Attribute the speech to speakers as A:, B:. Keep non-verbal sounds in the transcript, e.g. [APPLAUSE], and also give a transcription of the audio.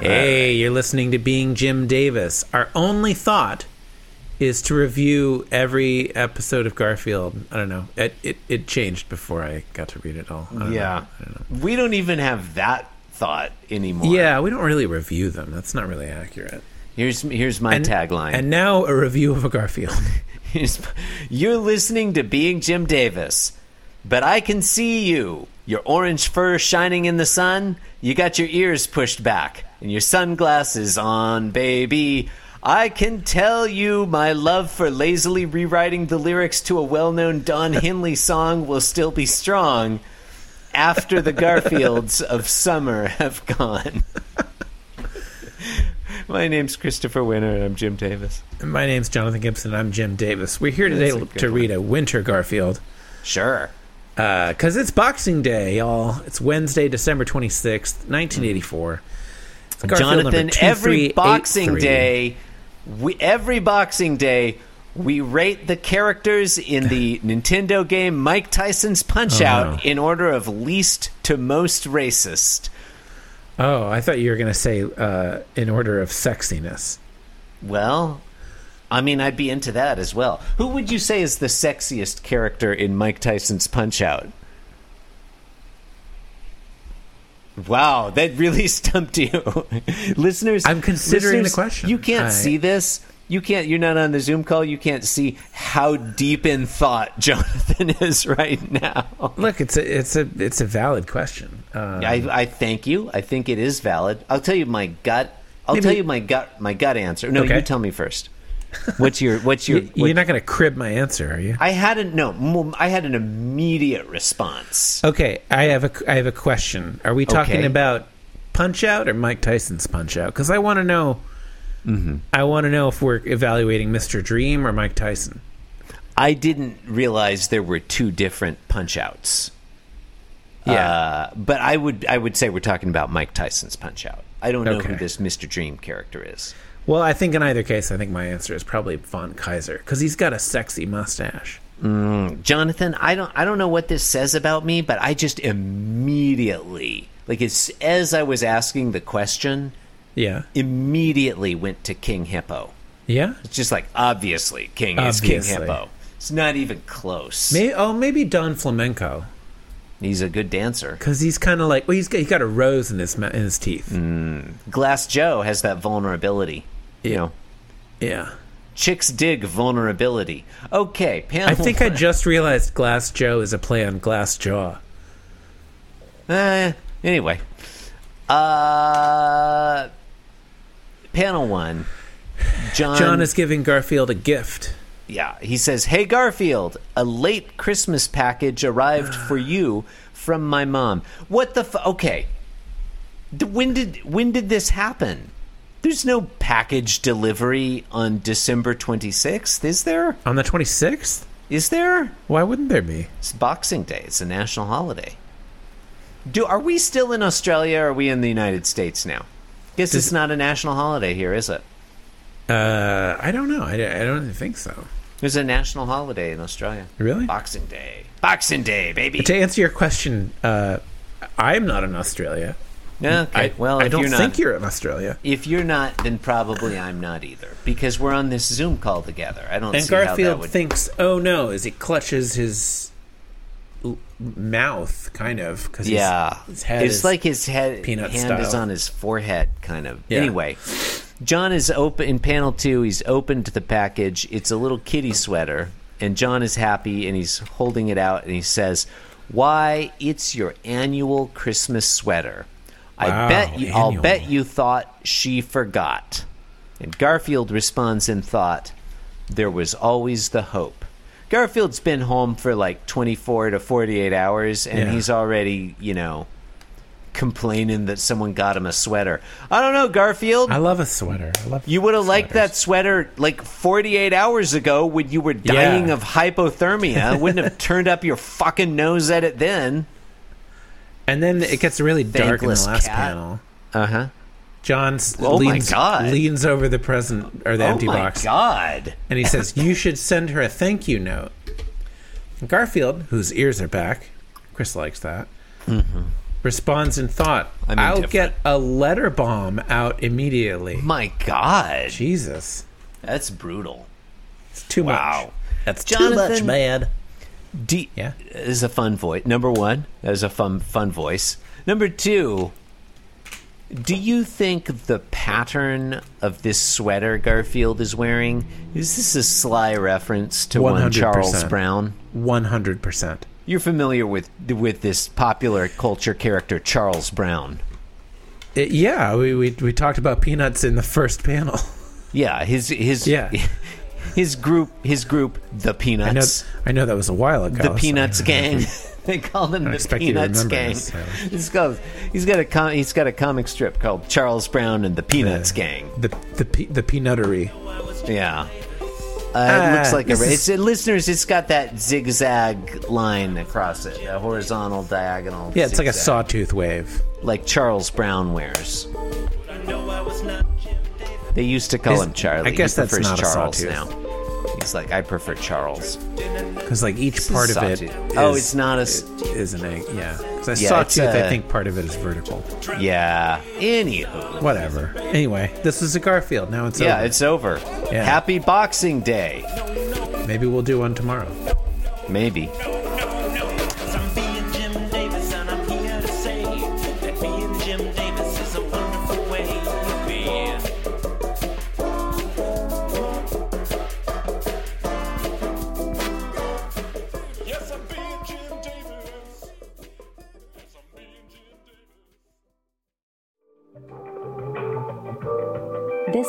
A: Hey, you're listening to Being Jim Davis. Our only thought is to review every episode of Garfield. I don't know. It it, it changed before I got to read it all. I don't
B: yeah.
A: know. I don't know.
B: We don't even have that thought anymore.
A: Yeah, we don't really review them. That's not really accurate.
B: Here's here's my tagline.
A: And now a review of a Garfield. [LAUGHS]
B: Here's my- You're listening to Being Jim Davis, but I can see you. Your orange fur shining in the sun. You got your ears pushed back and your sunglasses on, baby. I can tell you my love for lazily rewriting the lyrics to a well known Don Henley song will still be strong after the Garfields of summer have gone. my name's Christopher Winter and I'm Jim Davis.
A: My name's Jonathan Gibson. I'm Jim Davis. We're here today
B: That's a good
A: to read a winter Garfield.
B: Sure.
A: because it's Boxing Day, y'all. It's Wednesday, December 26th, 1984. It's Garfield number
B: Jonathan, every
A: 2383.
B: Boxing Day, we, every Boxing Day, we rate the characters in the Nintendo game Mike Tyson's Punch Out in order of least to most racist.
A: Oh, I thought you were going to say uh, in order of sexiness.
B: Well, I mean, I'd be into that as well. Who would you say is the sexiest character in Mike Tyson's Punch Out? Wow, that really [LAUGHS] stumped you, listeners.
A: I'm considering the
B: listeners,
A: question.
B: You can't
A: I-
B: see this. You can't. You're not on the Zoom call. You can't see how deep in thought [LAUGHS] Jonathan is right now.
A: Look, it's a it's a it's a valid question. Uh,
B: I, I thank you. I think it is valid. I'll tell you my gut. I'll
A: Maybe-
B: tell you my gut. My gut answer. No,
A: Okay.
B: you tell me first. What's your What's
A: [LAUGHS]
B: your?
A: you,
B: what-
A: you're not going to crib my answer, are you?
B: I hadn't. No, m- I had an immediate response.
A: Okay, I have a I have a question. Are we talking
B: Okay.
A: about Punch Out or Mike Tyson's Punch Out? Because I want to know.
B: Mm-hmm.
A: I want to know if we're evaluating Mr. Dream or Mike Tyson.
B: I didn't realize there were two different punch outs. Uh, but I would. I would say we're talking about Mike Tyson's punch out. I don't know
A: Okay.
B: who this Mr. Dream character is.
A: Well, I think in either case, I think my answer is probably Von Kaiser because he's got a sexy mustache.
B: Jonathan, I don't I don't know what this says about me, but I just immediately like as as I was asking the question,
A: Yeah,
B: immediately went to King Hippo.
A: yeah.
B: It's just like obviously King is
A: Obviously.
B: King Hippo. It's not even close.
A: Maybe, oh, maybe Don Flamenco
B: He's a good dancer.
A: because he's kind of like well, he's got, he's got a rose in his mou- in his teeth.
B: Mm. Glass Joe has that vulnerability. You
A: Yeah.
B: know,
A: Yeah,
B: chicks dig vulnerability. Okay, panel.
A: I
B: [LAUGHS]
A: think I just realized Glass Joe is a play on Glass Jaw.
B: Uh, anyway, uh, panel
A: [SIGHS]
B: one. John,
A: John is giving Garfield a gift.
B: Yeah, he says, "Hey Garfield, a late Christmas package arrived for you from my mom." What the f- Okay. D- When did when did this happen? There's no package delivery on December 26th, is there?
A: On the 26th?
B: Is there?
A: Why wouldn't there be?
B: It's Boxing Day. It's a national holiday. Do are we still in Australia or are we in the United States now? Guess it's not a national holiday here, is it?
A: Uh, I don't know. I, I don't think so.
B: There's a national holiday in Australia.
A: Really?
B: Boxing Day. Boxing Day, baby.
A: To answer your question, uh, I'm not in Australia.
B: Yeah, okay.
A: I,
B: well,
A: I
B: if
A: don't
B: you're not,
A: think you're in Australia.
B: If you're not, then probably I'm not either, because we're on this Zoom call together. I don't
A: And
B: see how that
A: Garfield
B: would.
A: thinks, "Oh no!" As he clutches his l- mouth, kind of, because
B: yeah,
A: his head
B: it's
A: is-
B: like his head
A: peanut
B: hand is
A: style.
B: on his forehead, kind of.
A: Yeah.
B: Anyway, John is open in panel two. He's opened the package. It's a little kitty sweater, and John is happy, and he's holding it out, and he says, "Why, it's your annual Christmas sweater." I
A: Wow,
B: bet you, I'll
A: annual.
B: bet you thought she forgot. And Garfield responds in thought, there was always the hope. Garfield's been home for like 24 to 48 hours and
A: Yeah.
B: he's already, you know, complaining that someone got him a sweater. I don't know, Garfield.
A: I love a sweater. I love
B: you would have liked
A: sweaters.
B: that sweater like 48 hours ago when you were dying
A: Yeah. [LAUGHS]
B: of hypothermia. Wouldn't have turned up your fucking nose at it then.
A: And then it gets really dark in the
B: Thankless
A: last
B: cat.
A: panel.
B: Uh
A: Uh-huh.
B: huh.
A: John s-
B: Oh my
A: leans,
B: God.
A: leans over the present or the
B: Oh
A: empty
B: my
A: box,
B: god.
A: and he says, "You should send her a thank you note." And Garfield, whose ears are back, Chris likes that. responds in thought.
B: I'm
A: I'll get
B: indifferent.
A: a letter bomb out immediately.
B: My God,
A: Jesus,
B: that's brutal.
A: it's too
B: Wow.
A: much. That's too much,
B: Jonathan-
A: man.
B: D-
A: Yeah.
B: this is a fun voice. Number one, that is a fun fun voice. Number two, do you think the pattern of this sweater Garfield is wearing is this a sly reference to one
A: 100%.
B: Charles Brown?
A: One hundred percent.
B: You're familiar with with this popular culture character Charles Brown.
A: Yeah, we, we we talked about peanuts in the first panel. [LAUGHS]
B: Yeah, his his
A: Yeah.
B: [LAUGHS] his group his group the Peanuts.
A: I know, I know that was a while ago.
B: the
A: so- [LAUGHS]
B: Peanuts Gang. [LAUGHS] they call them the
A: expect you to
B: Peanuts
A: remember
B: Gang.
A: this, so.
B: [LAUGHS] He's got he's got a com- he's got a comic strip called Charles Brown and the Peanuts Gang.
A: the the pe- the peanuttery.
B: Yeah. Uh,
A: Ah,
B: it looks like a
A: this
B: ra-
A: is-
B: it's, listeners. It's got that zigzag line across it, a horizontal, diagonal.
A: Yeah, it's like a
B: zigzag,
A: sawtooth wave.
B: like Charles Brown wears. They used to call
A: Is-
B: him Charlie.
A: I guess
B: he
A: that's
B: prefers
A: not a
B: Charles
A: sawtooth.
B: now. He's like, I prefer Charles.
A: Because like each
B: a
A: part of it.
B: sawtooth. Oh,
A: is-
B: it's not a s-
A: Is an egg. Yeah. Because
B: Yeah, it's
A: sawtooth. I
B: a-
A: think part of it is vertical.
B: Yeah. Anywho.
A: Whatever. Anyway, this was a Garfield. Now it's
B: Yeah,
A: over.
B: it's over.
A: Yeah.
B: Happy Boxing Day.
A: Maybe we'll do one tomorrow.
B: Maybe.
C: I'm being Jim Davis and I'm here to say that being Jim Davis is a wonderful way to be. Yes, I'm being Jim Davis. Yes, I'm being Jim Davis.
D: This